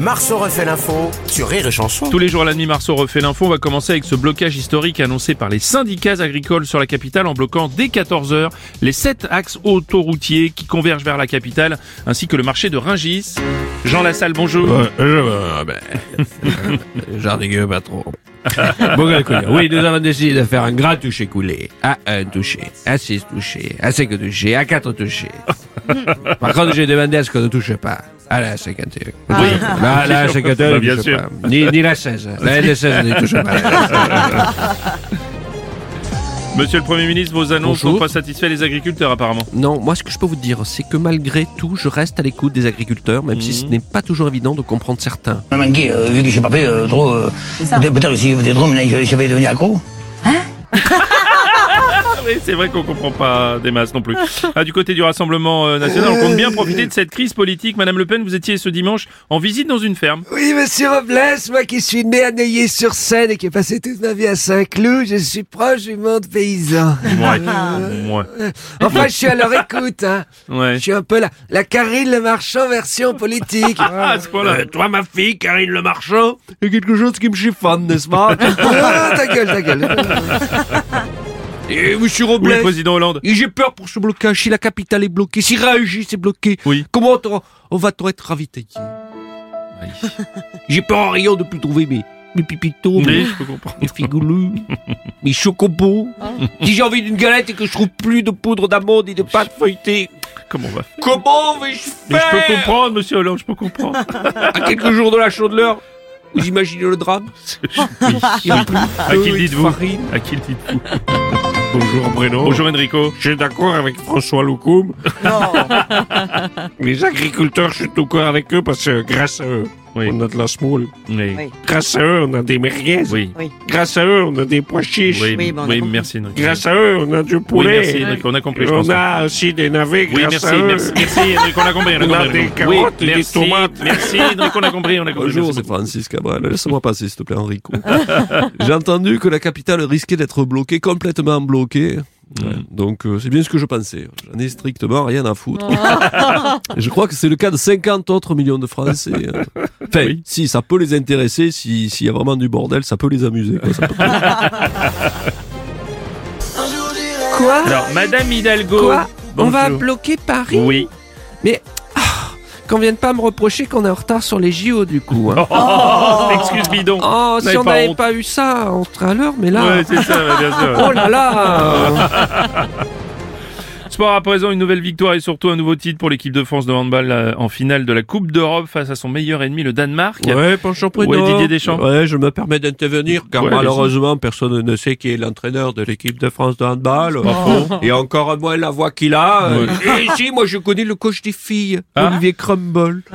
Marceau refait l'info sur Rire et Chanson. Tous les jours à la demi Marceau refait l'info. On va commencer avec ce blocage historique annoncé par les syndicats agricoles sur la capitale en bloquant dès 14h les 7 axes autoroutiers qui convergent vers la capitale ainsi que le marché de Ringis. Jean Lassalle, bonjour. ah ben, euh, Jardigueux, pas trop. bon, quel couillon. oui, nous avons décidé de faire un grand toucher coulé. À un touché, à six touchés, à cinq touchés, à quatre touchés. Par contre, j'ai demandé à ce qu'on ne touche pas. À la 51. Oui. Là, la 51, Bah, on ne Ah. bien touche sûr. pas. Ni, ni la 16. La L16, on ne touche pas. Monsieur le Premier ministre, vos annonces Bonjour. n'ont pas satisfait les agriculteurs apparemment. Non, moi ce que je peux vous dire, c'est que malgré tout, je reste à l'écoute des agriculteurs, même Mhm. si ce n'est pas toujours évident de comprendre certains. Maman Guy, euh, vu que j'ai pas fait euh, trop. euh, ça. peut- Peut-être que si des drôles, là, je, je vais devenir accro. Ah oui, c'est vrai qu'on comprend pas des masses non plus. Ah, du côté du Rassemblement euh, national, on compte bien profiter de cette crise politique. Madame Le Pen, vous étiez ce dimanche en visite dans une ferme. Oui, monsieur Robles, moi qui suis né à Neuilly-sur-Seine et qui ai passé toute ma vie à Saint-Cloud, je suis proche du monde paysan. Ouais. Ouais. Enfin, je suis à leur écoute, hein. Ouais. Je suis un peu la, la Karine Le Marchand version politique. Ah, à ce point-là. toi, ma fille, Karine Le Marchand, Il y a quelque chose qui me chiffonne, n'est-ce pas Ah, ta gueule, ta gueule. et monsieur Où est Robles, le président Hollande Et j'ai peur pour ce blocage. Si la capitale est bloquée, si Rungis est bloqué, Oui. comment on, on va-t-on être ravitaillé Oui. J'ai peur en rayon de plus trouver mes, mes pipitos, Oui, mes, je peux comprendre. Ah. mes figoulous, mes chocobos. Si j'ai envie d'une galette et que je trouve plus de poudre d'amande et de pâte feuilletée, Comment on va faire comment vais-je Mais je peux faire comprendre, monsieur Hollande, je peux comprendre. À quelques jours de la chandeleur, vous imaginez le drame Il y a plus de À qui le feu et de dites-vous farine. À qui le dites-vous Bonjour Bruno. Bonjour Enrico. Je suis d'accord avec François Loukoum. Les agriculteurs, je suis d'accord avec eux parce que grâce à eux, Oui. on a de la semoule. Oui. Oui. Grâce à eux, on a des merguez. Oui. Grâce à eux, on a des pois chiches. Oui, Oui, bon, on a oui, compris. merci Enrico. Grâce à eux, on a du Oui, poulet. merci Enrico, on a compris, je pense. on a aussi des navets. Oui, grâce merci, à eux. merci, merci Enrico, on a compris. On a compris, des Enrico. carottes oui, et des merci, tomates. Merci Enrico, on a compris, on a compris. Bonjour, merci c'est beaucoup. Francis Cabral. Laisse-moi passer, s'il te plaît, Enrico. J'ai entendu que la capitale risquait d'être bloquée, complètement bloquée. Ouais, Donc, euh, c'est bien ce que je pensais. J'en ai strictement rien à foutre. Et je crois que c'est le cas de 50 autres millions de Français. hein. Enfin, Oui. si, ça peut les intéresser. si- S'il y a vraiment du bordel, ça peut les amuser. quoi. Ça peut- Quoi Alors, Madame Hidalgo. Quoi On Bonjour. va bloquer Paris Oui. Qu'on vienne pas me reprocher qu'on est en retard sur les JO, du coup. hein. Oh, excuse bidon. Oh, si N'avez on pas n'avait honte. pas eu ça, on serait à l'heure, mais là... Ouais, c'est ça, ouais, bien sûr. Oh là là Sport à présent, une nouvelle victoire et surtout un nouveau titre pour l'équipe de France de handball euh, en finale de la Coupe d'Europe face à son meilleur ennemi, le Danemark. Ouais, bonjour Bruno. Ouais, Didier Deschamps. Ouais, je me permets d'intervenir car Ouais, malheureusement personne ne sait qui est l'entraîneur de l'équipe de France de handball. Oh. Et encore moins la voix qu'il a. Euh, Et si, moi je connais le coach des filles, Ah. Olivier Crumble.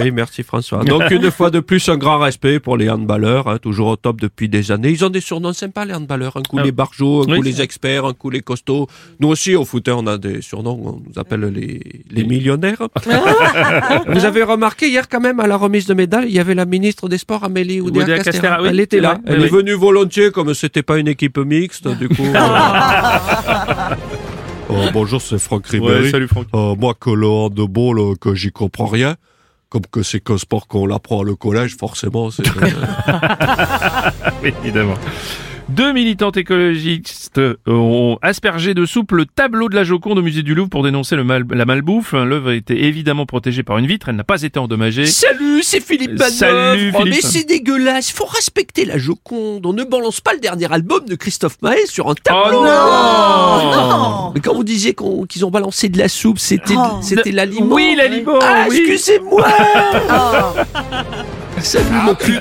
oui, merci François. Donc une fois de plus, un grand respect pour les handballeurs, hein, toujours au top depuis des années. Ils ont des surnoms sympas les handballeurs. Un coup Ah. les barjots, un Oui, coup c'est les experts, un coup les costauds. Nous aussi au foot, on a des surnoms, on nous appelle les, les millionnaires. Vous avez remarqué, hier quand même, à la remise de médailles, il y avait la ministre des Sports, Amélie Oudéa Oudéa-Castéra. Castéra, oui, Elle était c'est là. vrai. Elle Oui, est oui. venue volontiers, comme c'était pas une équipe mixte, du coup. euh. Oh, bonjour, c'est Franck Eh ben Ribéry. Ah. Ouais, salut Franck. Euh, moi, que le handball, euh, que j'y comprends rien, comme que c'est qu'un sport qu'on apprend le collège, forcément, c'est... Oui, évidemment. Deux militantes écologistes euh, ont aspergé de soupe le tableau de la Joconde au musée du Louvre pour dénoncer le mal- la malbouffe. L'œuvre était évidemment protégée par une vitre, elle n'a pas été endommagée. Salut, c'est Philippe Manœuvre. Salut, Oh, Philippe. mais c'est dégueulasse. Faut respecter la Joconde. On ne balance pas le dernier album de Christophe Maé sur un Oh tableau. non mais quand vous disiez qu'on- qu'ils ont balancé de la soupe, c'était Oh. c'était l'aliment. Oui, l'aliment, Ah, oui. excusez-moi. Salut mon cul.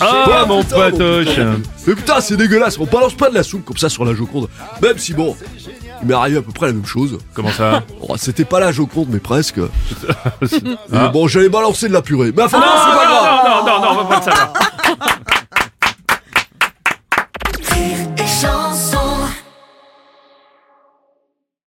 Ah, mon patoche Mais putain, c'est dégueulasse, on balance pas de la soupe comme ça sur la Joconde. Même si bon, il m'est arrivé à peu près la même chose. Comment ça Oh, C'était pas la Joconde, mais presque. Ah, Et Bon, j'allais balancer de la purée. Mais enfin, non, c'est pas grave. Non, non, non, on va pas le savoir.